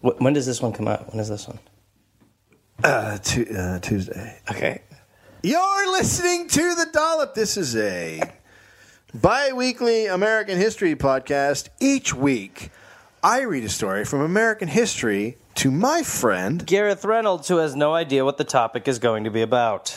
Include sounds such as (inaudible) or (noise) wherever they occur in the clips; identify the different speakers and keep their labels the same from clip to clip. Speaker 1: Wh- When does this one come out? When is this one?
Speaker 2: Uh, (clears throat) tu- uh, Tuesday.
Speaker 1: Okay.
Speaker 2: You're listening to The Dollop. This is a bi weekly American history podcast. Each week, I read a story from American history to my friend.
Speaker 1: Gareth Reynolds, who has no idea what the topic is going to be about.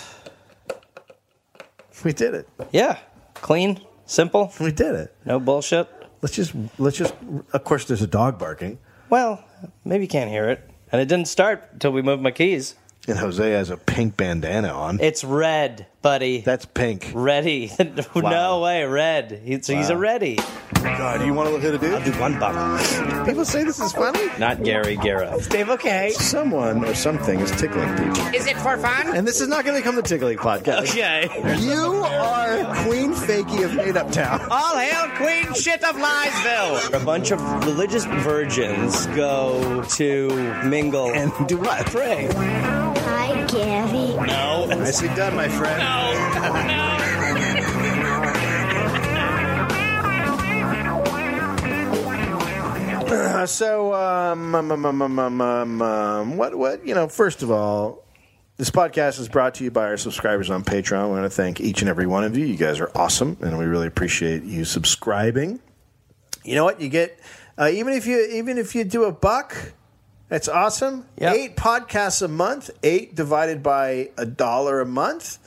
Speaker 2: We did it.
Speaker 1: Yeah. Clean, simple,
Speaker 2: We did it.
Speaker 1: no bullshit.
Speaker 2: Let's just, let's just, of course, there's a dog barking,
Speaker 1: Well, maybe you can't hear it. And it didn't start until we moved my keys.
Speaker 2: and Jose has a pink bandana on.
Speaker 1: It's red, buddy.
Speaker 2: That's pink.
Speaker 1: Ready. (laughs)
Speaker 2: Wow.
Speaker 1: No way, red. He's, he's a ready.
Speaker 2: God, do you want to look at a dude?
Speaker 1: One bottle.
Speaker 2: People say this is funny.
Speaker 1: Not Gary Gareth.
Speaker 2: Dave, okay. Someone or something is tickling people.
Speaker 3: Is it for fun?
Speaker 2: And this is not going to become the tickling podcast.
Speaker 1: Okay.
Speaker 2: You are Queen Fakey of Made Up Town.
Speaker 1: All hail Queen Shit of Liesville! A bunch of religious virgins go to mingle and
Speaker 2: do what?
Speaker 1: pray.
Speaker 4: Hi, Gary.
Speaker 1: No.
Speaker 2: Nicely done, my friend. Uh, so, um, um, um, um, um, um, um, um, what, what, you know, first of all, this podcast is brought to you by our subscribers on Patreon. We want to thank each and every one of you. You guys are awesome, and we really appreciate you subscribing. You know what? You get uh, even if you even if you do a buck, that's awesome.
Speaker 1: Yeah.
Speaker 2: Eight podcasts a month. Eight divided by a dollar a month.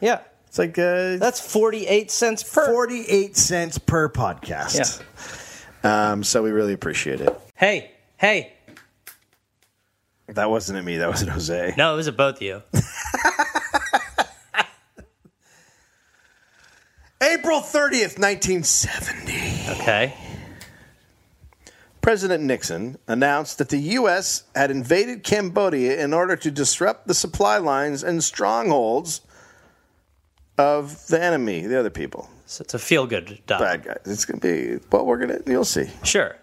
Speaker 1: Yeah.
Speaker 2: It's like uh,
Speaker 1: That's 48 cents per.
Speaker 2: 48 cents per podcast. Um, so we really appreciate it.
Speaker 1: Hey, hey.
Speaker 2: That wasn't at me. That was at Jose.
Speaker 1: No, it was at both of you.
Speaker 2: April 30th, 1970.
Speaker 1: (laughs) Okay.
Speaker 2: President Nixon announced that the U.S. had invaded Cambodia in order to disrupt the supply lines and strongholds of the enemy, the other people,
Speaker 1: So it's a feel good doc.
Speaker 2: bad guys. It's going to be what we're going to, you'll see.
Speaker 1: Sure.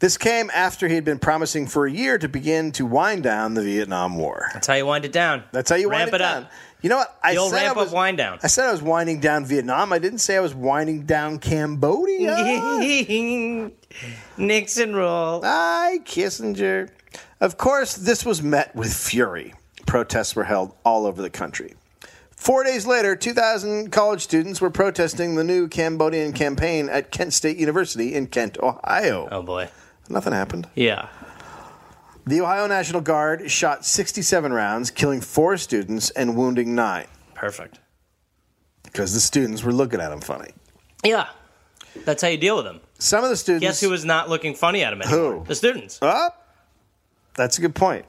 Speaker 2: This came after he had been promising for a year to begin to wind down the Vietnam War.
Speaker 1: That's how you wind it down. (laughs)
Speaker 2: That's how you
Speaker 1: ramp
Speaker 2: wind it,
Speaker 1: it
Speaker 2: down.
Speaker 1: up.
Speaker 2: You know what? I
Speaker 1: You'll
Speaker 2: said
Speaker 1: ramp
Speaker 2: I
Speaker 1: up
Speaker 2: was,
Speaker 1: wind down.
Speaker 2: I said I was winding down Vietnam. I didn't say I was winding down Cambodia.
Speaker 1: (laughs) Nixon roll.
Speaker 2: Ah. Hi, Kissinger. Of course, this was met with fury. Protests were held all over the country. Four days later, 2,000 college students were protesting the new Cambodian campaign at Kent State University in Kent, Ohio.
Speaker 1: Oh boy.
Speaker 2: Nothing happened.
Speaker 1: Yeah.
Speaker 2: The Ohio National Guard shot 67 rounds, killing four students and wounding nine
Speaker 1: Perfect.
Speaker 2: because the students were looking at him funny.
Speaker 1: Yeah. That's how you deal with them.
Speaker 2: Some of the students.
Speaker 1: Guess who was not looking funny at him anymore?
Speaker 2: Who? Ah.
Speaker 1: The students.
Speaker 2: Up. That's a good point.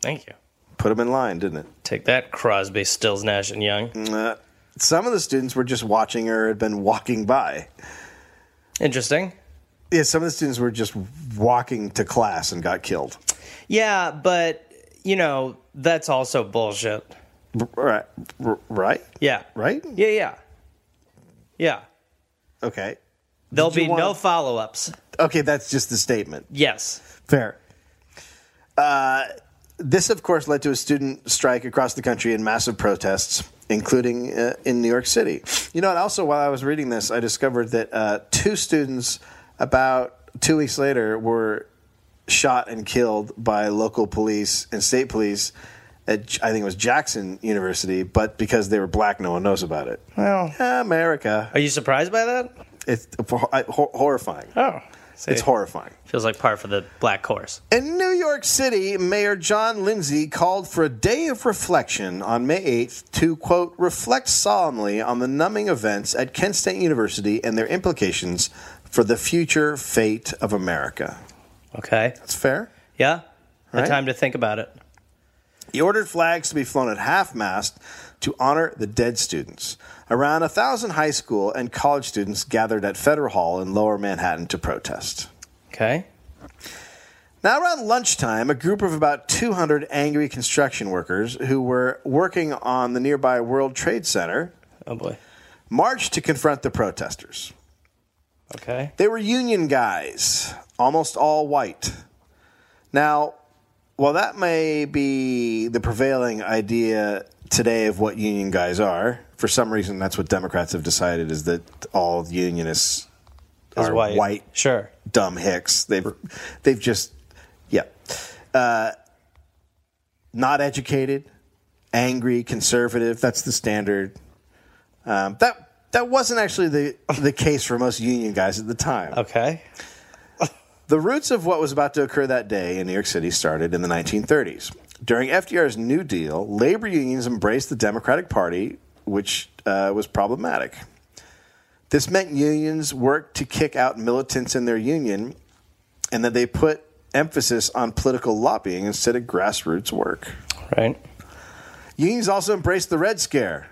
Speaker 1: Thank you.
Speaker 2: Put them in line, didn't
Speaker 1: Take that, Crosby, Stills, Nash, and Young.
Speaker 2: it? Uh, some of the students were just watching or had been walking by.
Speaker 1: Interesting.
Speaker 2: Yeah, some of the students were just walking to class and got killed.
Speaker 1: Yeah, but you know that's also bullshit.
Speaker 2: R- Right? R- Right?
Speaker 1: Yeah.
Speaker 2: Right?
Speaker 1: Yeah. Yeah. Yeah.
Speaker 2: Okay.
Speaker 1: There'll
Speaker 2: Did you
Speaker 1: be
Speaker 2: wanna-
Speaker 1: no follow-ups.
Speaker 2: Okay, that's just the statement.
Speaker 1: Yes.
Speaker 2: Fair. Uh, this, of course, led to a student strike across the country and massive protests, including uh, in New York City. You know, and also while I was reading this, I discovered that uh, two students about two weeks later were shot and killed by local police and state police at, J- I think it was Jackson University, but because they were black, no one knows about it.
Speaker 1: Well,
Speaker 2: America.
Speaker 1: are you surprised by that?
Speaker 2: It's hor- hor- horrifying.
Speaker 1: Oh,
Speaker 2: It's horrifying.
Speaker 1: Feels like par for the black horse.
Speaker 2: In New York City, Mayor John Lindsay called for a day of reflection on May 8th to, quote, reflect solemnly on the numbing events at Kent State University and their implications for the future fate of America.
Speaker 1: Okay.
Speaker 2: That's fair.
Speaker 1: Yeah. The
Speaker 2: Right.
Speaker 1: time to think about it.
Speaker 2: He ordered flags to be flown at half mast to honor the dead students. Around a thousand high school and college students gathered at Federal Hall in lower Manhattan to protest.
Speaker 1: Okay.
Speaker 2: Now, around lunchtime, a group of about 200 angry construction workers who were working on the nearby World Trade Center
Speaker 1: Oh boy.
Speaker 2: marched to confront the protesters.
Speaker 1: Okay.
Speaker 2: They were union guys, almost all white. Now, while that may be the prevailing idea today of what union guys are, for some reason that's what Democrats have decided is that all unionists
Speaker 1: Is
Speaker 2: are
Speaker 1: white.
Speaker 2: white
Speaker 1: Sure.
Speaker 2: dumb hicks. They've they've just Yeah. Uh, not educated, angry, conservative. That's the standard. Um, that that wasn't actually the the case for most union guys at the time.
Speaker 1: Okay.
Speaker 2: The roots of what was about to occur that day in New York City started in the 1930s. During FDR's New Deal, labor unions embraced the Democratic Party, which uh, was problematic. This meant unions worked to kick out militants in their union and that they put emphasis on political lobbying instead of grassroots work.
Speaker 1: Right.
Speaker 2: Unions also embraced the Red Scare.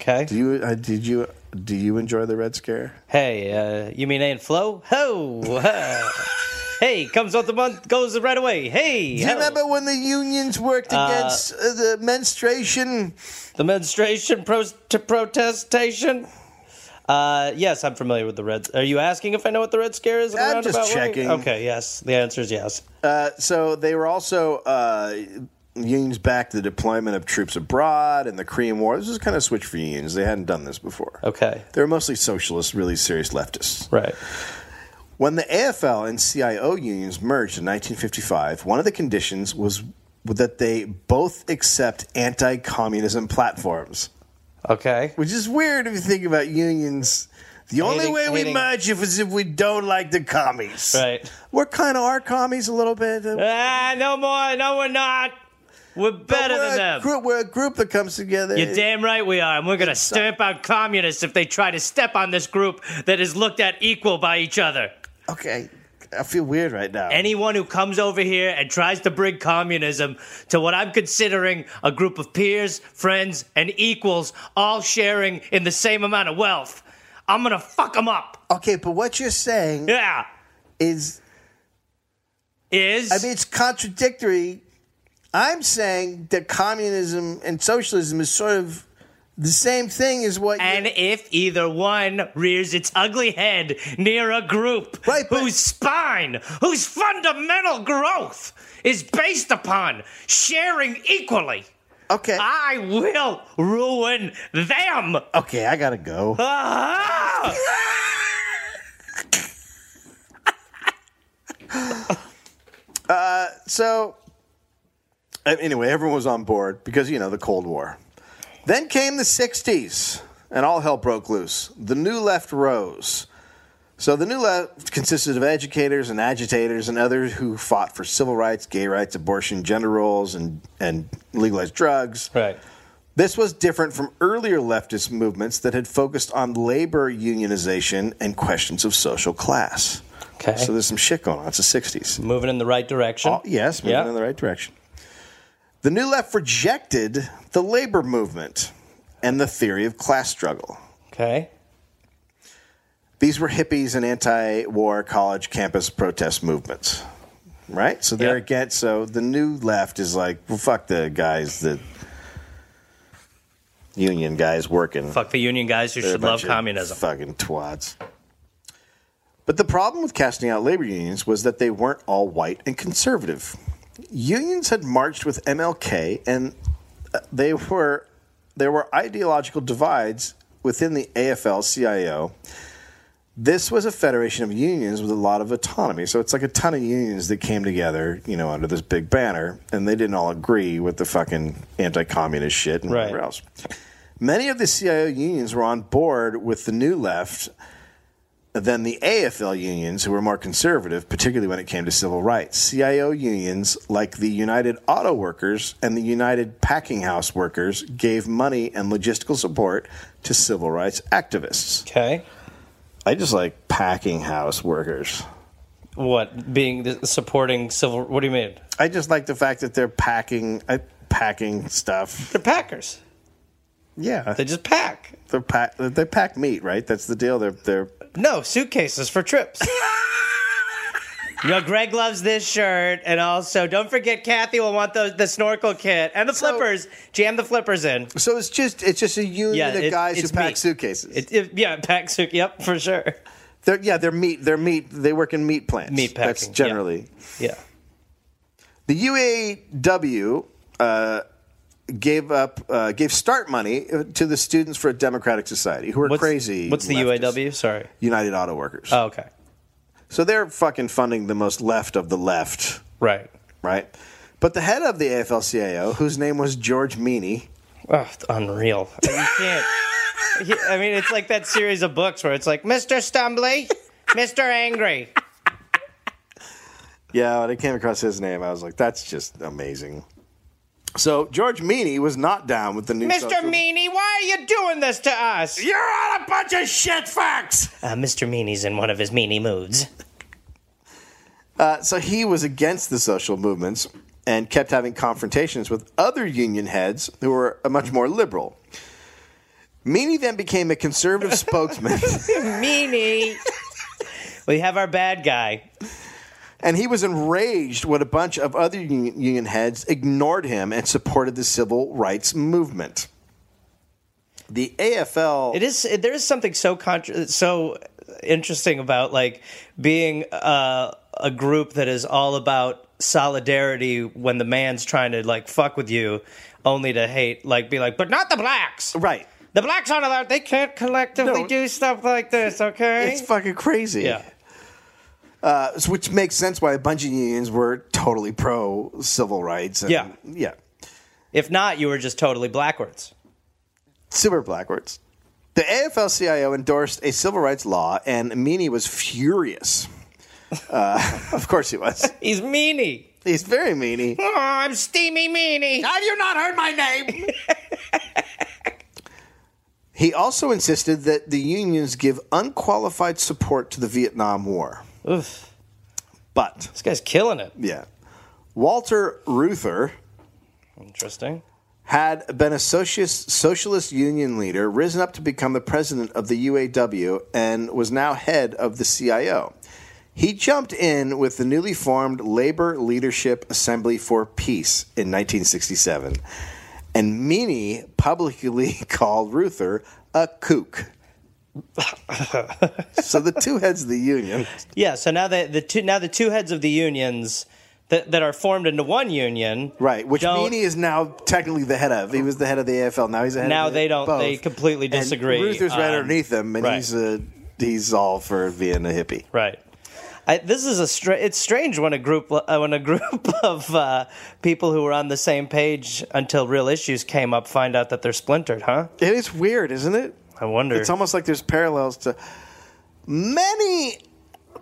Speaker 1: Okay.
Speaker 2: Do you, uh, did you, do you enjoy the Red Scare?
Speaker 1: Hey, uh, you mean ain't flow? Ho! (laughs) huh. hey, comes out the month, goes right away. Hey,
Speaker 2: Do you
Speaker 1: ho.
Speaker 2: remember when the unions worked against uh, the menstruation?
Speaker 1: the menstruation pro- to protestation? Uh, yes, I'm familiar with the Red. Are you asking if I know what the Red Scare is? in a
Speaker 2: I'm just
Speaker 1: roundabout way?
Speaker 2: checking.
Speaker 1: Okay, yes, the answer is yes.
Speaker 2: so they were also uh, unions backed the deployment of troops abroad and the Korean War. This was kind of a switch for unions. They hadn't done this before.
Speaker 1: Okay,
Speaker 2: They were mostly socialists, really serious leftists.
Speaker 1: right.
Speaker 2: When the AFL and CIO unions merged in 1955, one of the conditions was that they both accept anti-communism platforms,
Speaker 1: Okay,
Speaker 2: which is weird if you think about unions. The only
Speaker 1: Hating-
Speaker 2: way we
Speaker 1: hating-
Speaker 2: merge is if we don't like the commies.
Speaker 1: right.
Speaker 2: We're kind of are commies a little bit.
Speaker 1: Ah, no more. No, we're not. We're better
Speaker 2: we're
Speaker 1: than
Speaker 2: a
Speaker 1: them.
Speaker 2: Group, we're a group that comes together.
Speaker 1: You're damn right we are, and we're gonna stamp out communists if they try to step on this group that is looked at equal by each other.
Speaker 2: Okay, I feel weird right now.
Speaker 1: anyone who comes over here and tries to bring communism to what I'm considering a group of peers, friends, and equals all sharing in the same amount of wealth, I'm gonna fuck them up.
Speaker 2: okay, but what you're saying
Speaker 1: Yeah.
Speaker 2: is,
Speaker 1: Is
Speaker 2: I mean, it's contradictory. I'm saying that communism and socialism is sort of the same thing as what. you-
Speaker 1: and if either one rears its ugly head near a group
Speaker 2: Right, but-
Speaker 1: whose spine, whose fundamental growth is based upon sharing equally,
Speaker 2: okay,
Speaker 1: I will ruin them.
Speaker 2: okay, I gotta go.
Speaker 1: Ah!
Speaker 2: So, uh, anyway, everyone was on board because, you know, the Cold War. Then came the 60s, and all hell broke loose. The new left rose. So, the new left consisted of educators and agitators and others who fought for civil rights, gay rights, abortion, gender roles, and, and legalized drugs.
Speaker 1: Right.
Speaker 2: This was different from earlier leftist movements that had focused on labor unionization and questions of social class.
Speaker 1: Okay.
Speaker 2: So, there's some shit going on. It's the 60s.
Speaker 1: moving in the right direction.
Speaker 2: Oh, yes, moving
Speaker 1: Yeah.
Speaker 2: in the right direction. The New Left rejected the labor movement and the theory of class struggle.
Speaker 1: Okay.
Speaker 2: These were hippies and anti-war college campus protest movements, right? So they're
Speaker 1: Yeah.
Speaker 2: against. So the New Left is like, well, fuck the guys that union guys working.
Speaker 1: Fuck the union guys who
Speaker 2: They're a
Speaker 1: should love
Speaker 2: bunch of
Speaker 1: communism.
Speaker 2: Fucking twats. But the problem with casting out labor unions was that they weren't all white and conservative. Unions had marched with MLK, and uh, they were there were ideological divides within the AFL-CIO. This was a federation of unions with a lot of autonomy, so it's like a ton of unions that came together, you know, under this big banner, and they didn't all agree with the fucking anti-communist shit and
Speaker 1: Right.
Speaker 2: whatever else. Many of the CIO unions were on board with the new left than the AFL unions, who were more conservative, particularly when it came to civil rights. CIO unions like the United Auto Workers and the United Packing House Workers gave money and logistical support to civil rights activists.
Speaker 1: Okay.
Speaker 2: I just like packing house workers.
Speaker 1: What being the, supporting civil? What do you mean?
Speaker 2: I just like the fact that they're packing, uh, packing stuff.
Speaker 1: They're packers.
Speaker 2: Yeah,
Speaker 1: They just pack.
Speaker 2: they're pack. They pack meat, right? That's the deal. They're they're
Speaker 1: No suitcases for trips. Yo, Greg loves this shirt, and also don't forget Kathy will want the, the snorkel kit and the
Speaker 2: So-
Speaker 1: flippers. Jam the flippers in.
Speaker 2: So it's just it's just a union
Speaker 1: Yeah,
Speaker 2: of
Speaker 1: it-
Speaker 2: guys who
Speaker 1: it's
Speaker 2: pack
Speaker 1: meat.
Speaker 2: suitcases.
Speaker 1: It, it- yeah, pack suit. Yep, for sure.
Speaker 2: they're, yeah, they're meat. They're meat. They work in meat plants.
Speaker 1: Meat
Speaker 2: That's
Speaker 1: packing, yeah.
Speaker 2: generally
Speaker 1: Yeah.
Speaker 2: the UAW. Uh, Gave up, uh, gave start money to the students for a democratic society who are
Speaker 1: What's,
Speaker 2: crazy.
Speaker 1: What's the
Speaker 2: leftists.
Speaker 1: UAW? Sorry.
Speaker 2: United Auto Workers.
Speaker 1: Oh, okay.
Speaker 2: So they're fucking funding the most left of the left,
Speaker 1: Right.
Speaker 2: right? But the head of the AFL-CIO, whose name was George Meany,
Speaker 1: Oh, it's unreal. You can't. He- I mean, it's like that series of books where it's like Mr. Stumbly, Mr. Angry.
Speaker 2: Yeah, when I came across his name, I was like, that's just amazing. So George Meany was not down with the new
Speaker 1: Mr.
Speaker 2: social-
Speaker 1: Meanie, why are you doing this to us?
Speaker 2: You're on a bunch of shit facts.
Speaker 1: Uh, Mr. Meanie's in one of his meanie moods.
Speaker 2: Uh, so he was against the social movements and kept having confrontations with other union heads who were uh, much more liberal. Meany then became
Speaker 1: (laughs)
Speaker 2: a conservative spokesman,
Speaker 1: Meanie! we have our bad guy.
Speaker 2: and he was enraged when a bunch of other union, union heads ignored him and supported the civil rights movement. The AFL.
Speaker 1: It is there is something so contra- so interesting about like being uh, a group that is all about solidarity when the man's trying to like fuck with you, only to hate like be like, but not the blacks.
Speaker 2: Right.
Speaker 1: The blacks aren't allowed. They can't collectively
Speaker 2: No.
Speaker 1: do stuff like this. Okay.
Speaker 2: It's fucking crazy.
Speaker 1: yeah.
Speaker 2: Uh, so- which makes sense why a bunch of unions were totally pro civil rights. and-
Speaker 1: Yeah.
Speaker 2: Yeah.
Speaker 1: If not, you were just totally blackwards.
Speaker 2: Super backwards. The AFL CIO endorsed a civil rights law, and Meany was furious. Uh, (laughs) of course he was.
Speaker 1: He's meanie.
Speaker 2: He's very meany.
Speaker 1: Oh, I'm steamy meanie.
Speaker 2: Have you not heard my name? he also insisted that the unions give unqualified support to the Vietnam War.
Speaker 1: Oof.
Speaker 2: But,
Speaker 1: This guy's killing it.
Speaker 2: yeah. Walter Reuther.
Speaker 1: Interesting.
Speaker 2: had been a socialist, socialist union leader, risen up to become the president of the UAW, and was now head of the CIO. He jumped in with the newly formed Labor Leadership Assembly for Peace in 1967, and Meany publicly (laughs) called Reuther a kook. so the two heads of the union,
Speaker 1: Yeah, so now the, the two now the two heads of the unions that, that are formed into one union,
Speaker 2: right? Which
Speaker 1: Don't-
Speaker 2: Meany is now technically the head of. He was the head of the AFL. Now he's the head.
Speaker 1: Now
Speaker 2: of
Speaker 1: they don't.
Speaker 2: both.
Speaker 1: They completely disagree.
Speaker 2: And Ruther's right
Speaker 1: on-
Speaker 2: underneath him, and
Speaker 1: right.
Speaker 2: he's uh, he's all for being a hippie.
Speaker 1: Right. I, this is a stra- it's strange when a group (laughs) uh, when a group of uh, people who were on the same page until real issues came up find out that they're splintered, huh?
Speaker 2: It is weird, isn't it?
Speaker 1: I wonder.
Speaker 2: It's almost like there's parallels to many.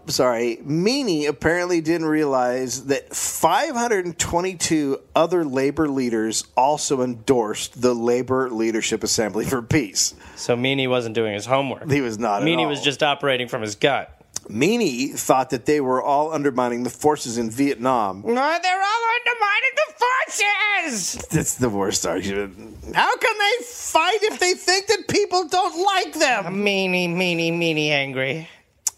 Speaker 2: Sorry, Meany apparently didn't realize that 522 other labor leaders also endorsed the Labor Leadership Assembly for Peace.
Speaker 1: so Meany wasn't doing his homework.
Speaker 2: He was not. at
Speaker 1: Meany
Speaker 2: all.
Speaker 1: was just operating from his gut.
Speaker 2: Meany thought that they were all undermining the forces in Vietnam
Speaker 1: No, they're all undermining the forces.
Speaker 2: (laughs) That's the worst argument. How can they fight if they think that people don't like them?
Speaker 1: Meany, meany, meany, angry.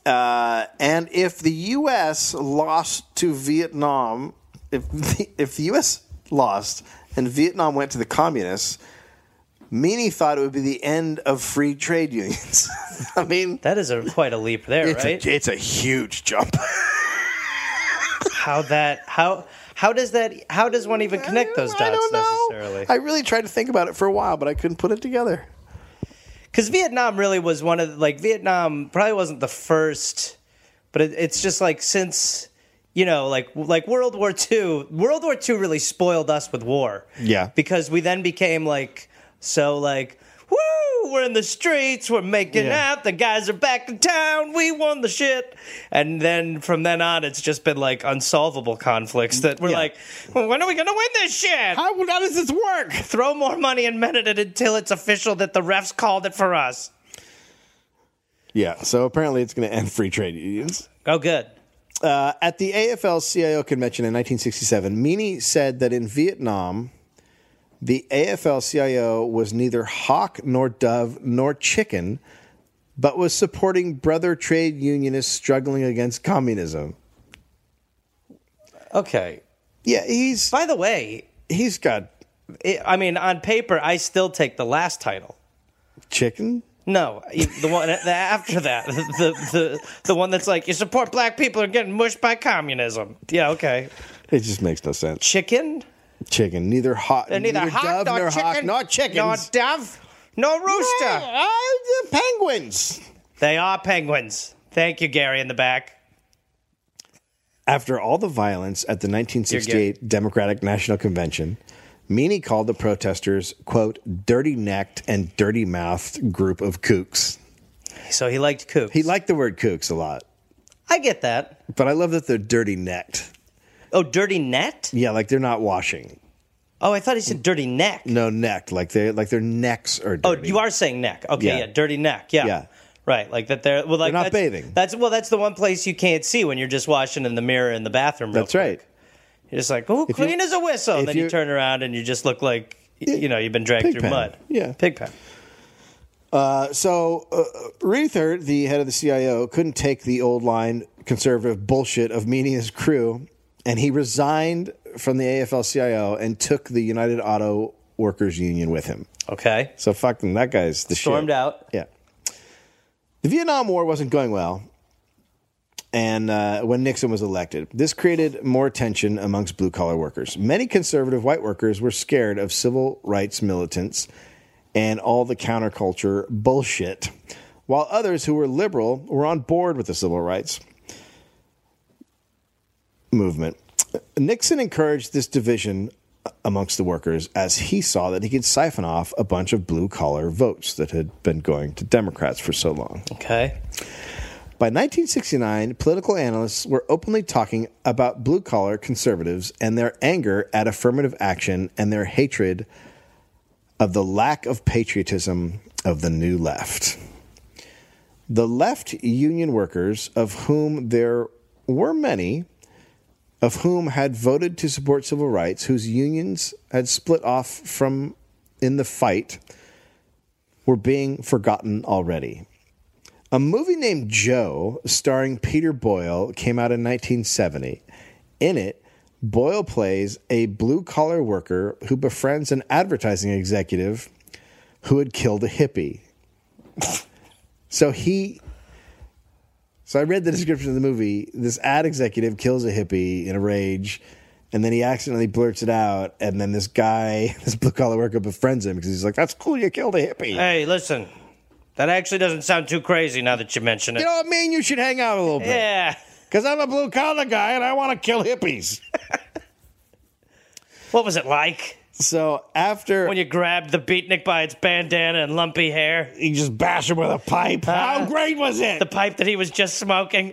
Speaker 2: Uh, and if the U.S. lost to Vietnam, if the, if the U.S. lost and Vietnam went to the communists, Meany thought it would be the end of free trade unions. (laughs) I mean,
Speaker 1: That is a quite a leap there,
Speaker 2: (laughs) it's,
Speaker 1: right?
Speaker 2: a, it's a huge jump.
Speaker 1: how that how how does that how does one even connect those
Speaker 2: (laughs) I
Speaker 1: dots
Speaker 2: don't know.
Speaker 1: necessarily?
Speaker 2: I really tried to think about it for a while, but I couldn't put it together.
Speaker 1: Because Vietnam really was one of the- like Vietnam probably wasn't the first, but it, it's just like since you know like like World War II, World War II really spoiled us with war.
Speaker 2: Yeah.
Speaker 1: because we then became like so like. Woo! We're in the streets. We're making
Speaker 2: Yeah.
Speaker 1: out. The guys are back in town. We won the shit. And then from then on, it's just been like unsolvable conflicts that we're
Speaker 2: Yeah.
Speaker 1: like, well, when are we gonna win this shit?
Speaker 2: How, how does this work?
Speaker 1: Throw more money and men at it until it's official that the refs called it for us.
Speaker 2: Yeah, so apparently it's going to end free trade unions.
Speaker 1: Oh, good.
Speaker 2: Uh, at the AFL CIO convention in 1967, Meany said that in Vietnam, the AFL CIO was neither hawk nor dove nor chicken, but was supporting brother trade unionists struggling against communism.
Speaker 1: Okay.
Speaker 2: Yeah, he's
Speaker 1: By the way,
Speaker 2: he's got
Speaker 1: it, I mean, on paper, I still take the last title.
Speaker 2: chicken.
Speaker 1: No, the one the, after that, (laughs) the, the the one that's like you support black people are getting mushed by communism. Yeah, okay.
Speaker 2: It just makes no sense.
Speaker 1: Chicken?
Speaker 2: Chicken, neither hawk,
Speaker 1: They're neither, hawk
Speaker 2: dove
Speaker 1: nor,
Speaker 2: nor
Speaker 1: chicken,
Speaker 2: hawk nor chickens.
Speaker 1: nor dove, nor rooster.
Speaker 2: Ah, ah, the penguins.
Speaker 1: They are penguins. Thank you, Gary in the back.
Speaker 2: After all the violence at the 1968 Democratic National Convention, Meany called the protesters, quote, dirty necked and dirty mouthed group of kooks.
Speaker 1: So he liked kooks.
Speaker 2: He liked the word kooks a lot,
Speaker 1: I get that.
Speaker 2: but I love that they're dirty necked.
Speaker 1: Oh, dirty net?
Speaker 2: Yeah, like they're not washing.
Speaker 1: Oh, I thought he said dirty neck.
Speaker 2: No neck, like they like their necks are
Speaker 1: Oh,
Speaker 2: dirty.
Speaker 1: you are saying neck. Okay,
Speaker 2: Yeah.
Speaker 1: yeah, dirty neck. Yeah.
Speaker 2: Yeah.
Speaker 1: Right, like that. They're well, like
Speaker 2: They're
Speaker 1: that's,
Speaker 2: not bathing.
Speaker 1: That's well, that's the one place you can't see when you're just washing in the mirror in the bathroom. real
Speaker 2: That's
Speaker 1: quick.
Speaker 2: right.
Speaker 1: You're just like, oh,
Speaker 2: If you-
Speaker 1: clean as a whistle.
Speaker 2: if
Speaker 1: And then you
Speaker 2: you-
Speaker 1: turn around and you just look like y- you know you've been dragged
Speaker 2: Pig
Speaker 1: through
Speaker 2: pen.
Speaker 1: mud.
Speaker 2: Yeah.
Speaker 1: pig pen.
Speaker 2: So uh, Reuther, the head of the CIO, couldn't take the old line conservative bullshit of me and his crew, and he resigned from the AFL-CIO and took the United Auto Workers Union with him.
Speaker 1: Okay,
Speaker 2: So fucking that guy's the
Speaker 1: stormed
Speaker 2: shit.
Speaker 1: out.
Speaker 2: Yeah. The Vietnam War wasn't going well, and uh, when Nixon was elected, this created more tension amongst blue collar workers. Many conservative white workers were scared of civil rights militants and all the counterculture bullshit, while others who were liberal were on board with the civil rights movement. Nixon encouraged this division uh, amongst the workers as he saw that he could siphon off a bunch of blue collar votes that had been going to Democrats for so long.
Speaker 1: Okay,
Speaker 2: By 1969, political analysts were openly talking about blue collar conservatives and their anger at affirmative action and their hatred of the lack of patriotism of the new left. The left union workers, of whom there were many, of whom had voted to support civil rights, whose unions had split off from in the fight, were being forgotten already. A movie named Joe, starring Peter Boyle, came out in 1970. In it, Boyle plays a blue collar worker who befriends an advertising executive who had killed a hippie. so he. So I read the description of the movie. This ad executive kills a hippie in a rage, and then he accidentally blurts it out. And then this guy, (laughs) this blue collar worker, befriends him because he's like, "That's cool, you killed a hippie."
Speaker 1: hey, listen, that actually doesn't sound too crazy now that you mention it.
Speaker 2: you know what I mean? You should hang out a little bit.
Speaker 1: yeah.
Speaker 2: Because I'm a blue collar guy and I want to kill hippies.
Speaker 1: What was it like
Speaker 2: So after
Speaker 1: when you grabbed the beatnik by its bandana and lumpy hair?
Speaker 2: you just bash him with a pipe, how great was it?
Speaker 1: Uh, The pipe that he was just smoking.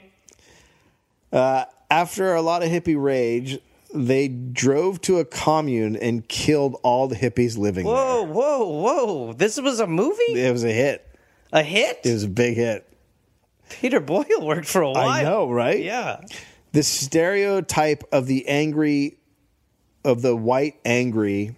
Speaker 2: after a lot of hippie rage, they drove to a commune and killed all the hippies living
Speaker 1: Whoa, whoa, whoa! This was a movie,
Speaker 2: there. It was a hit.
Speaker 1: a hit.
Speaker 2: It was a big hit.
Speaker 1: Peter Boyle worked for a while.
Speaker 2: I know, right?
Speaker 1: Yeah.
Speaker 2: The stereotype of the angry, of the white angry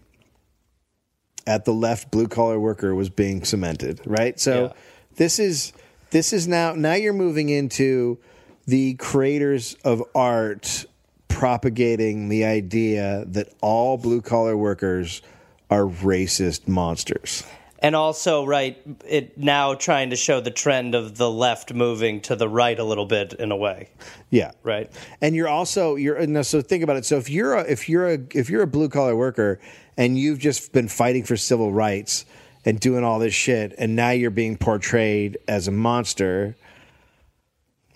Speaker 2: at the left blue collar worker was being cemented, right? So
Speaker 1: Yeah.
Speaker 2: this is this is now now you're moving into the creators of art propagating the idea that all blue collar workers are racist monsters.
Speaker 1: And also, right, it now trying to show the trend of the left moving to the right a little bit in a way,
Speaker 2: Yeah.
Speaker 1: right?
Speaker 2: and you're also you're no, so think about it so if you're a if you're a if you're a blue collar worker and you've just been fighting for civil rights and doing all this shit and now you're being portrayed as a monster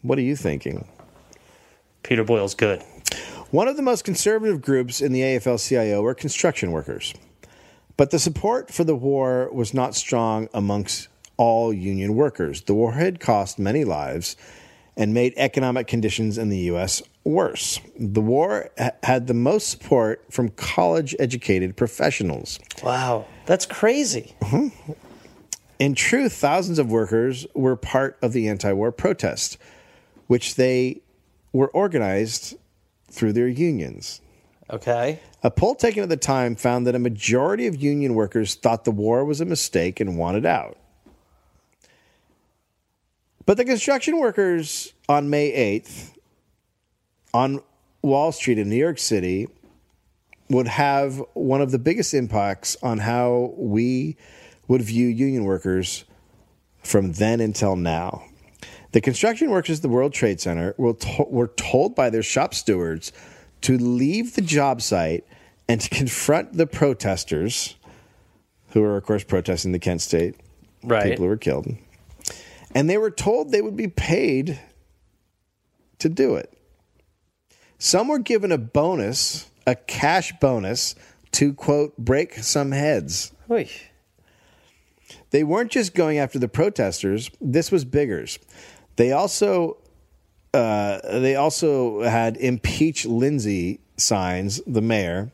Speaker 2: what are you thinking
Speaker 1: Peter Boyle's good.
Speaker 2: one of the most conservative groups in the AFL CIO were construction workers. But the support for the war was not strong amongst all union workers. The war had cost many lives and made economic conditions in the U.S. worse. The war ha- had the most support from college educated professionals.
Speaker 1: Wow, that's crazy.
Speaker 2: In truth, thousands of workers were part of the anti war protest, which they were organized through their unions.
Speaker 1: Okay.
Speaker 2: A poll taken at the time found that a majority of union workers thought the war was a mistake and wanted out. But the construction workers on May 8th on Wall Street in New York City would have one of the biggest impacts on how we would view union workers from then until now. The construction workers at the World Trade Center were, to- were told by their shop stewards to leave the job site and to confront the protesters, who were, of course, protesting the Kent State
Speaker 1: Right.
Speaker 2: people who were killed. And they were told they would be paid to do it. Some were given a bonus, a cash bonus, to quote, break some heads.
Speaker 1: Oy.
Speaker 2: They weren't just going after the protesters. This was biggers. They also uh, they also had impeach Lindsay signs, the mayor,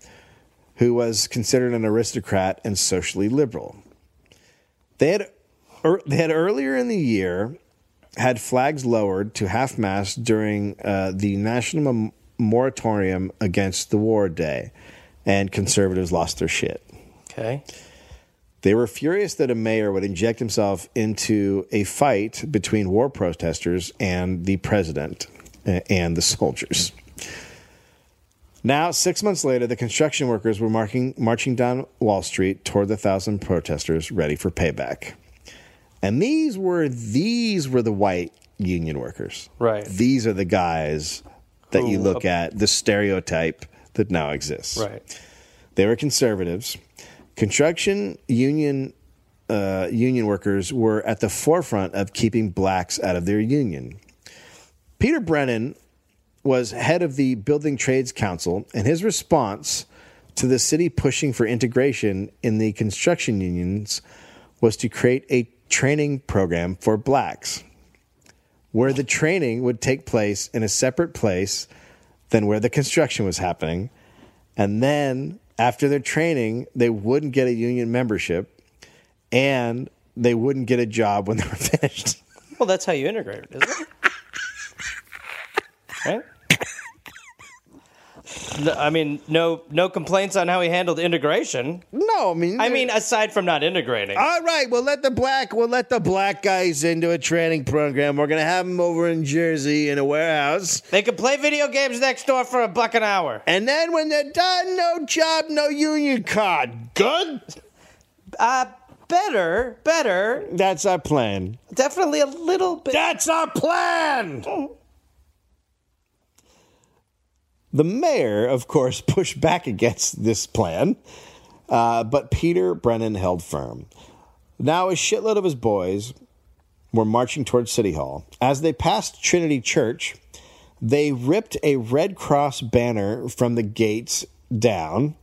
Speaker 2: who was considered an aristocrat and socially liberal. They had er, they had earlier in the year had flags lowered to half mast during uh, the national mem- moratorium against the war day, and conservatives lost their shit.
Speaker 1: Okay.
Speaker 2: They were furious that a mayor would inject himself into a fight between war protesters and the president uh, and the soldiers. Now, six months later, the construction workers were marking, marching down Wall Street toward the thousand protesters ready for payback. And these were these were the white union workers.
Speaker 1: Right.
Speaker 2: These are the guys that you
Speaker 1: Who- uh,
Speaker 2: look at, the stereotype that now exists.
Speaker 1: Right.
Speaker 2: They were conservatives. Construction union uh, union workers were at the forefront of keeping blacks out of their union. Peter Brennan was head of the Building Trades Council, and his response to the city pushing for integration in the construction unions was to create a training program for blacks, where the training would take place in a separate place than where the construction was happening. And then after their training, they wouldn't get a union membership and they wouldn't get a job when (laughs) they were finished.
Speaker 1: Well, that's how you integrate it,
Speaker 2: (laughs)
Speaker 1: isn't it? right? No, I mean, no, no complaints on how he handled integration.
Speaker 2: No, I mean, uh,
Speaker 1: I mean, aside from not integrating.
Speaker 2: all right, we'll let the black, we'll let the black guys into a training program. We're gonna have them over in Jersey in a warehouse,
Speaker 1: They could play video games next door for a buck an hour.
Speaker 2: and then when they're done, no job, no union card. Good.
Speaker 1: Uh, better, better.
Speaker 2: That's our plan.
Speaker 1: Definitely a little bit.
Speaker 2: That's our plan. The mayor, of course, (laughs) pushed back against this plan, uh, but Peter Brennan held firm. Now, a shitload of his boys were marching towards City Hall. As they passed Trinity Church, they ripped a Red Cross banner from the gates down,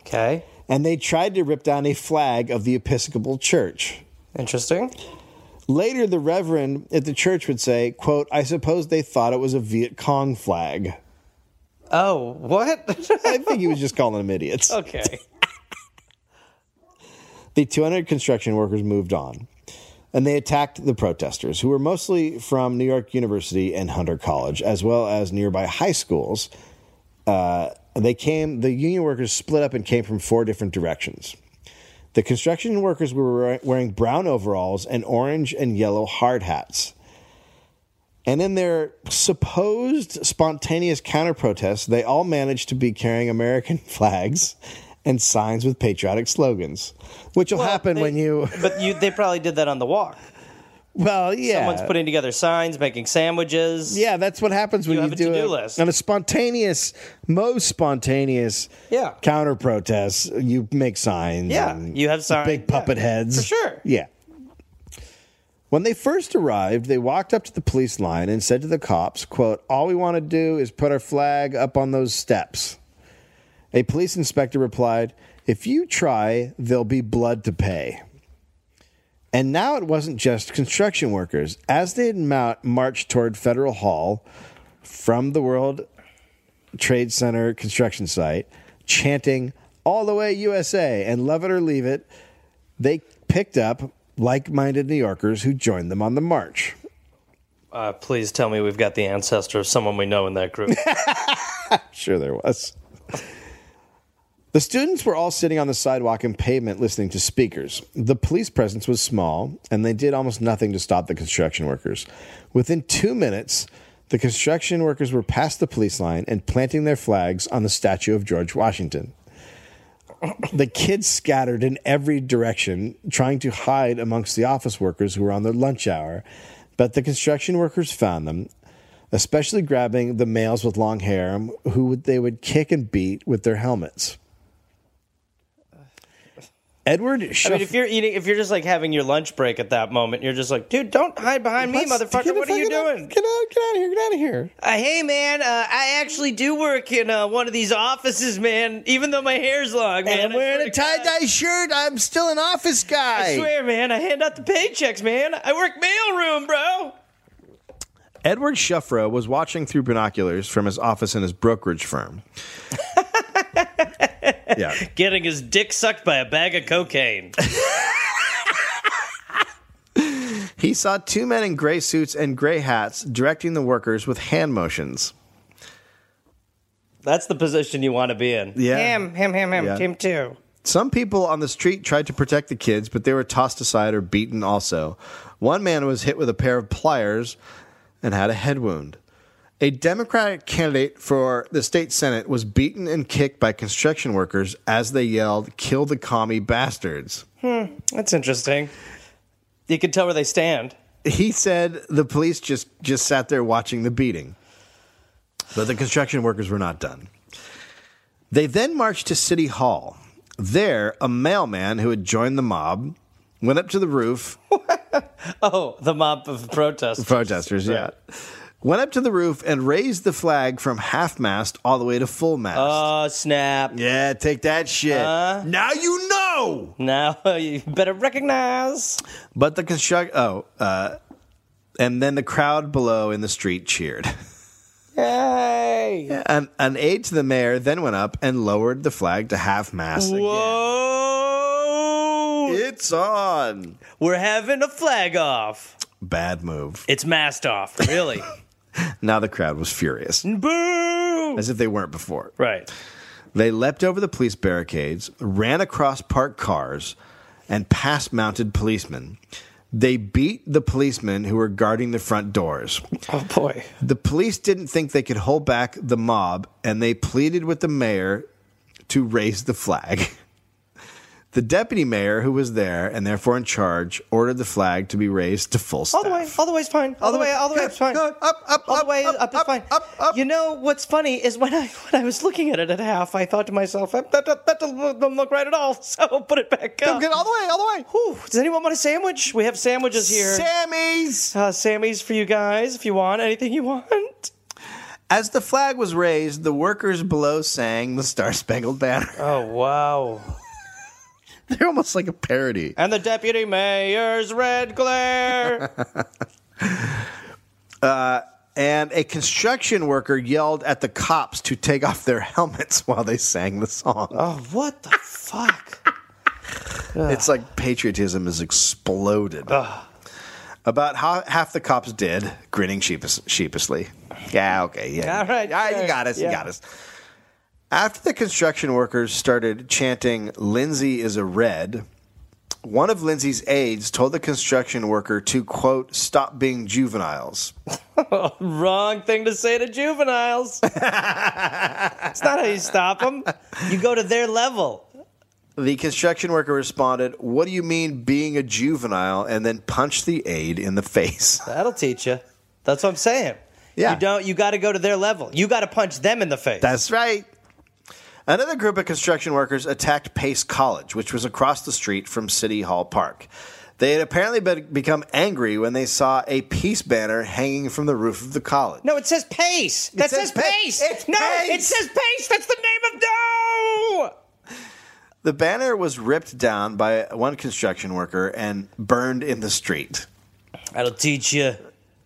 Speaker 1: Okay.
Speaker 2: and they tried to rip down a flag of the Episcopal Church.
Speaker 1: Interesting.
Speaker 2: Later, the reverend at the church would say, quote, I suppose they thought it was a Viet Cong flag. (laughs)
Speaker 1: Oh, what? (laughs)
Speaker 2: I think he was just calling them idiots.
Speaker 1: okay.
Speaker 2: The 200 construction workers moved on, and they attacked the protesters, who were mostly from New York University and Hunter College, as well as nearby high schools. Uh, they came. The union workers split up and came from four different directions. The construction workers were wear- wearing brown overalls and orange and yellow hard hats. And in their supposed spontaneous counter protests, they all managed to be carrying American (laughs) flags and signs with patriotic slogans, which will happen
Speaker 1: They-
Speaker 2: when you.
Speaker 1: But you, they probably did that on the walk.
Speaker 2: Well, yeah.
Speaker 1: Someone's putting together signs, making sandwiches.
Speaker 2: Yeah, that's what happens when
Speaker 1: You
Speaker 2: you,
Speaker 1: have a
Speaker 2: do
Speaker 1: to-do
Speaker 2: it
Speaker 1: list.
Speaker 2: on a spontaneous, most spontaneous
Speaker 1: Yeah.
Speaker 2: counter protest. You make signs.
Speaker 1: Yeah,
Speaker 2: and
Speaker 1: you have signs,
Speaker 2: Mm. Big puppet
Speaker 1: yeah,
Speaker 2: heads
Speaker 1: for sure.
Speaker 2: Yeah. When they first arrived, they walked up to the police line and said to the cops, "quote All we want to do is put our flag up on those steps." A police inspector replied, "If you try, there'll be blood to pay." And now it wasn't just construction workers. As they had mount, marched toward Federal Hall from the World Trade Center construction site, chanting "All the way USA" and "Love it or leave it," they picked up like-minded New Yorkers who joined them on the march.
Speaker 1: Uh, please tell me we've got the ancestor of someone we know in that group. (laughs)
Speaker 2: Sure, there was. The students were all sitting on the sidewalk and pavement listening to speakers. The police presence was small, and they did almost nothing to stop the construction workers. Within two minutes, the construction workers were past the police line and planting their flags on the statue of George Washington. The kids scattered in every direction, trying to hide amongst the office workers who were on their lunch hour, but the construction workers found them, especially grabbing the males with long hair who would, they would kick and beat with their helmets.
Speaker 3: Edward
Speaker 1: I
Speaker 3: Shuff-
Speaker 1: mean, if you're eating, if you're just like having your lunch break at that moment, you're just like, dude, don't hide behind me,
Speaker 3: Let's-
Speaker 1: motherfucker.
Speaker 3: get the
Speaker 1: What are you
Speaker 3: fuck out-
Speaker 1: doing?
Speaker 3: Get out, get out of here, get out of here.
Speaker 1: Uh, hey, man, uh, I actually do work in uh, one of these offices, man. Even though my hair's long, man.
Speaker 3: And
Speaker 1: I
Speaker 3: I'm wearing
Speaker 1: swear
Speaker 3: a
Speaker 1: to God.
Speaker 3: tie dye shirt. I'm still an office
Speaker 1: I
Speaker 3: guy.
Speaker 1: swear, man, I hand out the paychecks, man. I work mailroom, bro.
Speaker 2: Edward Shuffro was watching through binoculars from his office in his brokerage firm. yeah.
Speaker 1: Getting his dick sucked by a bag of cocaine.
Speaker 2: He saw two men in gray suits and gray hats directing the workers with hand motions.
Speaker 1: (laughs) That's the position you want to be in.
Speaker 2: Yeah.
Speaker 1: Him, him, him, him,
Speaker 2: Yeah.
Speaker 1: him too.
Speaker 2: Some people on the street tried to protect the kids, but they were tossed aside or beaten also. One man was hit with a pair of pliers and had a head wound. A Democratic candidate for the state Senate was beaten and kicked by construction workers as they yelled, Kill the commie bastards.
Speaker 1: That's interesting. You can tell where they stand.
Speaker 2: He said the police just, just sat there watching the beating. But the construction workers were not done. They then marched to City Hall. There, a mailman who had joined the mob went up to the roof
Speaker 1: Oh, the mob of protest.
Speaker 2: protesters, yeah. Went up to the roof and raised the flag from half mast all the way to full mast.
Speaker 1: (laughs) Oh, snap.
Speaker 2: yeah, take that shit. now you know.
Speaker 1: Now (laughs) you better recognize.
Speaker 2: But the construct. Oh, uh, and then the crowd below in the street cheered. (laughs)
Speaker 1: Yay.
Speaker 2: An, an aide to the mayor then went up and lowered the flag to half mast. again.
Speaker 1: Whoa.
Speaker 2: It's on.
Speaker 1: We're having a flag off.
Speaker 2: Bad move.
Speaker 1: It's masked off,
Speaker 2: (laughs)
Speaker 1: really.
Speaker 2: Now the crowd was furious,
Speaker 1: Mm. Boo.
Speaker 2: as if they weren't before.
Speaker 1: Right.
Speaker 2: They leapt over the police barricades, ran across parked cars, and past mounted policemen. They beat the policemen who were guarding the front doors.
Speaker 1: Oh, boy.
Speaker 2: The police didn't think they could hold back the mob, and they pleaded with the mayor to raise the flag. The deputy mayor, who was there and therefore in charge, ordered the flag to be raised to full staff.
Speaker 1: All the way, all the way's fine. All, the way, all the way,
Speaker 2: Good,
Speaker 1: it's fine.
Speaker 2: good. Up, up,
Speaker 1: all
Speaker 2: up,
Speaker 1: the way
Speaker 2: up,
Speaker 1: up, is
Speaker 2: up,
Speaker 1: fine.
Speaker 2: up, up.
Speaker 1: You know what's funny is when I (laughs) when I was looking at it at half, I thought to myself, that, that, that, that doesn't look right at all. (laughs) So I'll put it back up.
Speaker 2: Good, all the way, all the way.
Speaker 1: Whew. Does anyone want a sandwich? We have sandwiches here.
Speaker 2: Sammy's!
Speaker 1: uh, Sammy's for you guys if you want anything you want.
Speaker 2: As the flag was raised, the workers below sang the Star Spangled Banner.
Speaker 1: Oh wow!
Speaker 2: (laughs) They're almost like a parody.
Speaker 1: And the deputy mayor's red glare.
Speaker 2: (laughs) And a construction worker yelled at the cops to take off their (laughs) helmets while they sang the song.
Speaker 1: oh, what the fuck?
Speaker 2: It's like patriotism has exploded. About ha- half the cops did, grinning sheepish- sheepishly. Yeah, okay, yeah.
Speaker 1: All right,
Speaker 2: Ah,
Speaker 1: sure,
Speaker 2: you got us,
Speaker 1: yeah.
Speaker 2: you got us. After the construction workers started chanting, Lindsay is a red, one of Lindsay's aides told the construction worker to, quote, stop being juveniles.
Speaker 1: Wrong thing to say to
Speaker 2: (laughs)
Speaker 1: juveniles. it's not how you stop them. You go to their level.
Speaker 2: The construction worker responded, What do you mean being a juvenile? and then punched the aide in the face. (laughs)
Speaker 1: That'll teach you. That's what I'm saying.
Speaker 2: Yeah.
Speaker 1: You don't. You got to go to their level. You got to punch them in the face.
Speaker 2: That's right. Another group of construction workers attacked Pace College, which was across the street from City Hall Park. They had apparently been, become angry when they saw a peace banner hanging from the roof of the college.
Speaker 1: no, it says pace. That
Speaker 2: says
Speaker 1: says,
Speaker 2: pa-
Speaker 1: pace.
Speaker 2: it's
Speaker 1: no, it
Speaker 2: pace.
Speaker 1: says pace. That's the name of no.
Speaker 2: The banner was ripped down by one construction worker and burned in the street.
Speaker 1: That'll teach you.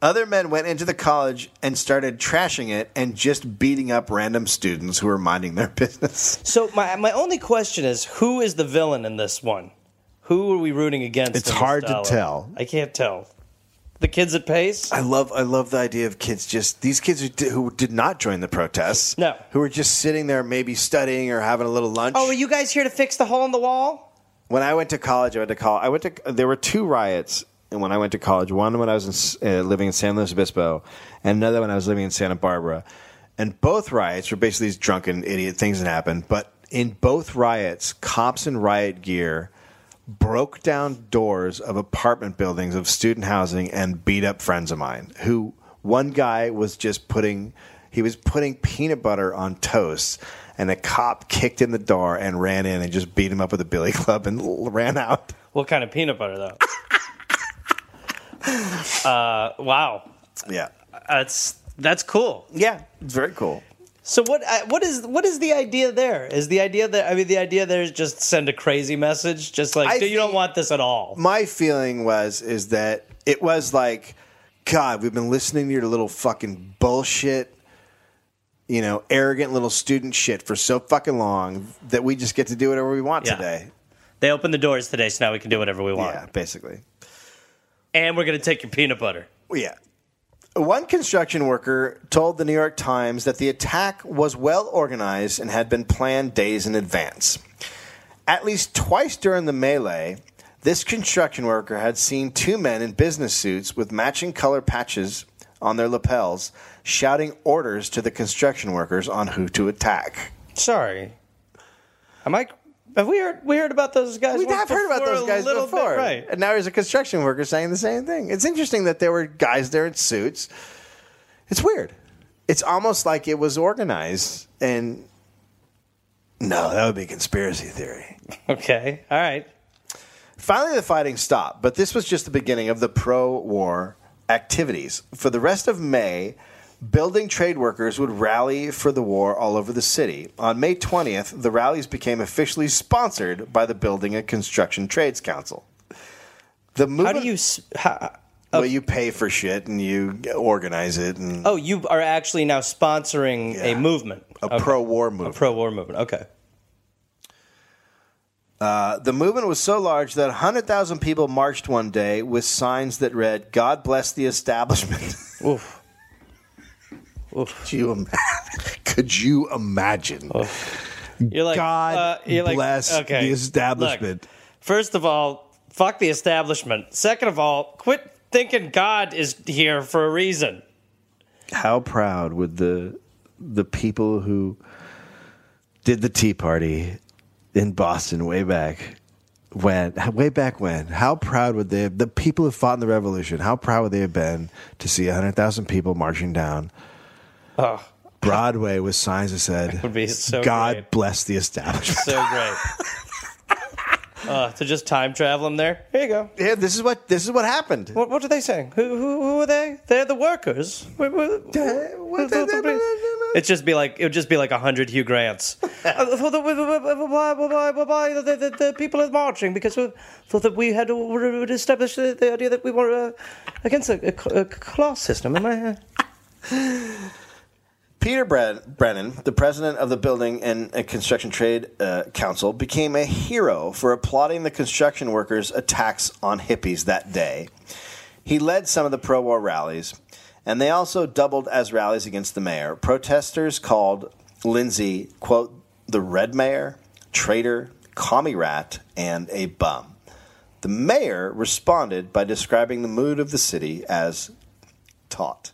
Speaker 2: Other men went into the college and started trashing it and just beating up random students who were minding their (laughs) business.
Speaker 1: So my my only question is, who is the villain in this one? Who are we rooting against?
Speaker 2: It's
Speaker 1: in this
Speaker 2: hard to
Speaker 1: dialogue?
Speaker 2: tell.
Speaker 1: I can't tell. The kids at pace.
Speaker 2: (laughs) I love I love the idea of kids just these kids who did, who did not join the protests.
Speaker 1: No.
Speaker 2: who were just sitting there maybe studying or having a little lunch.
Speaker 1: Oh, are you guys here to fix the hole in the wall?
Speaker 2: when I went to college, I went to college. I went to there were two riots. And when I went to college, one when I was in, uh, living in San Luis Obispo, and another when I was living in Santa Barbara, and both riots were basically these drunken idiot things that happened. But in both riots, cops in riot gear broke down doors of apartment buildings of student housing and beat up friends of mine. Who one guy was just putting He was putting peanut butter on toast, and a cop kicked in the door and ran in and just beat him up with a billy club and (laughs) l- ran out.
Speaker 1: What kind of peanut butter,
Speaker 2: (laughs)
Speaker 1: though? uh, wow,
Speaker 2: Yeah,
Speaker 1: that's that's cool.
Speaker 2: yeah, it's very cool.
Speaker 1: So what I- what is what is the idea there? Is the idea that I mean the idea there is just send a crazy message, just like
Speaker 2: I
Speaker 1: "Dude, you don't
Speaker 2: think-
Speaker 1: want this at all.
Speaker 2: my feeling was is that it was like, God, we've been listening to your little fucking bullshit, you know, arrogant little student shit for so fucking long that we just get to do whatever we want
Speaker 1: Yeah.
Speaker 2: today.
Speaker 1: They opened the doors today, so now we can do whatever we want,
Speaker 2: Yeah, basically.
Speaker 1: and we're gonna take your peanut butter.
Speaker 2: Well, yeah. One construction worker told the New York Times that the attack was well organized and had been planned days in advance. At least twice during the melee, this construction worker had seen two men in business suits with matching color patches on their lapels shouting orders to the construction workers on who to attack.
Speaker 1: Sorry, am I? Have we heard we heard about those guys?
Speaker 2: We
Speaker 1: once
Speaker 2: have heard about
Speaker 1: before
Speaker 2: those
Speaker 1: a
Speaker 2: guys
Speaker 1: little
Speaker 2: before.
Speaker 1: bit, right?
Speaker 2: And now he's a construction worker saying the same thing. It's interesting that there were guys there in suits. It's weird. It's almost like it was organized and no, that would be conspiracy theory.
Speaker 1: Okay, all right.
Speaker 2: Finally, the fighting stopped, but this was just the beginning of the pro war activities. For the rest of May, building trade workers would rally for the war all over the city. On May 20th, the rallies became officially sponsored by the Building and Construction Trades Council.
Speaker 1: How
Speaker 2: The movement,
Speaker 1: do you? s- How,
Speaker 2: well, you pay for shit and you organize it, and
Speaker 1: oh, you are actually now sponsoring
Speaker 2: Yeah.
Speaker 1: a movement,
Speaker 2: a pro-war movement.
Speaker 1: pro-war movement. Okay.
Speaker 2: The movement was so large that 100,000 people marched one day with signs that read, God bless the establishment. (laughs)
Speaker 1: Oof. Oof.
Speaker 2: Could you imagine? (laughs) Could you imagine?
Speaker 1: Oh. You're like
Speaker 2: God
Speaker 1: uh, you're like,
Speaker 2: bless
Speaker 1: okay,
Speaker 2: the
Speaker 1: look,
Speaker 2: establishment.
Speaker 1: first of all, fuck the establishment. Second of all, quit thinking God is here for a reason.
Speaker 2: How proud would the the people who did the Tea Party in Boston way back when? Way back when? How proud would they? The people who fought in the Revolution. How proud would they have been to see hundred thousand people marching down? Broadway with signs that said,
Speaker 1: Oh. would be so
Speaker 2: "God
Speaker 1: great."
Speaker 2: bless the establishment." (laughs)
Speaker 1: So great. uh, to just time travel them there. Here you go.
Speaker 2: Yeah, this is what this is what happened. (laughs)
Speaker 1: What, what are they saying? Who, who, who are they? They're the workers. Wh- wh-
Speaker 2: (laughs)
Speaker 1: It'd just be like it would just be like a hundred Hugh Grants. (laughs) Uh, for the- why- why- why- why- why the- the- the people are marching because we thought that we had already established the, the idea that we were uh, against a, a cl- a class system. Am I? Uh,
Speaker 2: Peter Bren- Brennan, the president of the Building and uh, Construction Trade uh, Council, became a hero for applauding the construction workers' attacks on hippies that day. He led some of the pro war rallies, and they also doubled as rallies against the mayor. Protesters called Lindsay, quote, the Red Mayor, traitor, commie rat, and a bum. The mayor responded by describing the mood of the city as taut.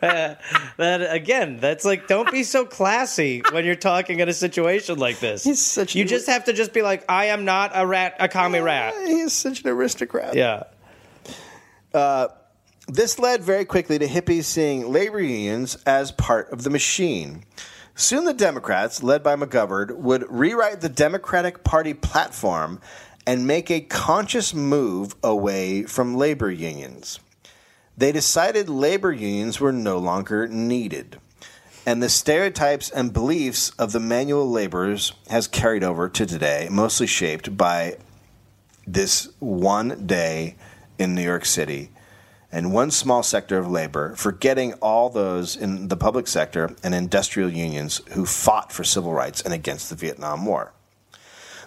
Speaker 1: that again. That's like don't be so classy when you're talking in a situation like this.
Speaker 2: He's such
Speaker 1: you
Speaker 2: an-
Speaker 1: just have to just be like, I am not a rat, a commie rat.
Speaker 2: He is such an aristocrat.
Speaker 1: Yeah.
Speaker 2: This led very quickly to hippies seeing labor unions as part of the machine. Soon the Democrats, led by McGovern, would rewrite the Democratic Party platform and make a conscious move away from labor unions. They decided labor unions were no longer needed, and the stereotypes and beliefs of the manual laborers has carried over to today, mostly shaped by this one day in New York City and one small sector of labor, forgetting all those in the public sector and industrial unions who fought for civil rights and against the Vietnam War.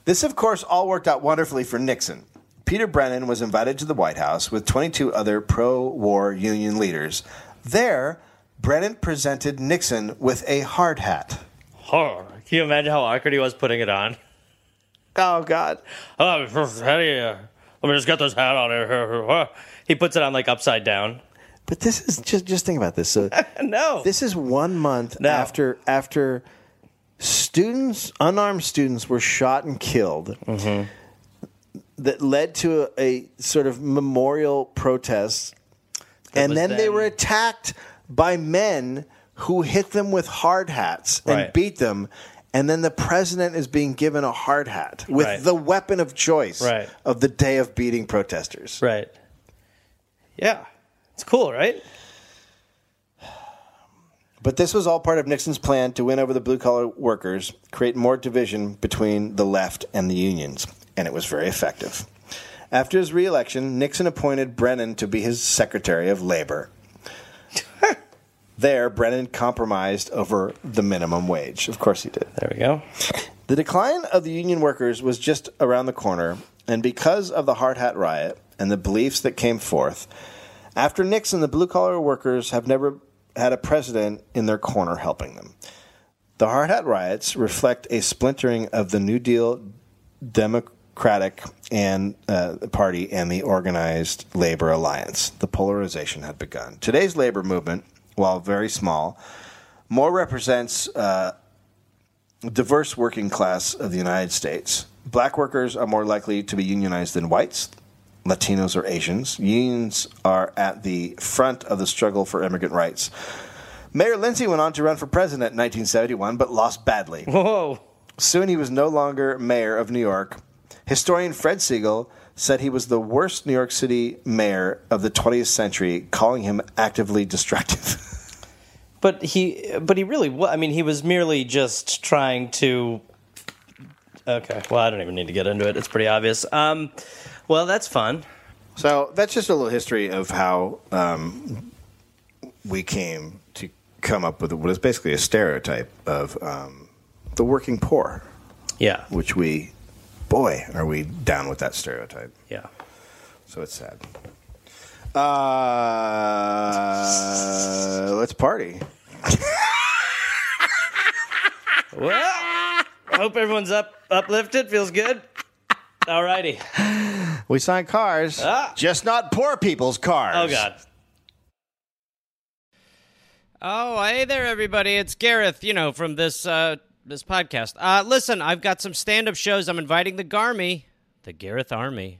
Speaker 2: This, of course, all worked out wonderfully for Nixon. Peter Brennan was invited to the White House with 22 other pro war union leaders. There, Brennan presented Nixon with a hard hat.
Speaker 1: Horror. Can you imagine how awkward he was putting it on?
Speaker 2: Oh, God.
Speaker 1: Oh, how do you, let me just get this hat on here. He puts it on like upside down.
Speaker 2: But this is just, just think about this. (laughs) So,
Speaker 1: No.
Speaker 2: This is one month
Speaker 1: No.
Speaker 2: after after students, unarmed students, were shot and killed.
Speaker 5: Mm-hmm.
Speaker 2: That led to a, a sort of memorial protest and
Speaker 5: was
Speaker 2: then, they
Speaker 5: then-
Speaker 2: were attacked by men who hit them with hard hats and
Speaker 5: Right.
Speaker 2: beat them. And then the president is being given a hard hat with
Speaker 5: Right.
Speaker 2: the weapon of choice
Speaker 5: Right.
Speaker 2: of the day of beating protesters.
Speaker 5: Right. Yeah. It's cool, right?
Speaker 2: But this was all part of Nixon's plan to win over the blue collar workers, create more division between the left and the unions, and it was very effective. After his reelection, Nixon appointed Brennan to be his Secretary of Labor. there, Brennan compromised over the minimum wage. Of course, he did.
Speaker 5: There we go.
Speaker 2: The decline of the union workers was just around the corner, and because of the Hard Hat Riot and the beliefs that came forth, after Nixon, the blue collar workers have never had a president in their corner helping them. The Hard Hat Riots reflect a splintering of the New Deal Democratic and uh, Party and the Organized Labor Alliance. The polarization had begun. Today's labor movement, while very small, more represents diverse working class of the United States. Black workers are more likely to be unionized than whites, Latinos, or Asians. Unions are at the front of the struggle for immigrant rights. Mayor Lindsay went on to run for president in 1971, but lost badly.
Speaker 1: (laughs)
Speaker 5: Whoa.
Speaker 2: Soon he was no longer mayor of New York. Historian Fred Siegel said he was the worst New York City mayor of the 20th century, calling him actively destructive. (laughs)
Speaker 5: But he, but he really. wa- I mean, he was merely just trying to. Okay. Well, I don't even need to get into it. It's pretty obvious. Um, well, that's fun.
Speaker 2: So that's just a little history of how um, we came to come up with what is basically a stereotype of um, the working poor,
Speaker 5: Yeah.
Speaker 2: which we, boy, are we down with that stereotype.
Speaker 5: Yeah.
Speaker 2: So it's sad. Uh, let's party.
Speaker 5: Well, I hope everyone's up, uplifted. Feels good. Alrighty.
Speaker 2: We sign cars, just not poor people's cars.
Speaker 5: Ah. Oh God.
Speaker 1: Oh, hey there, everybody. It's Gareth, you know, from this uh, this podcast. Uh, listen, I've got some stand up shows I'm inviting the Garmy, the Gareth Army,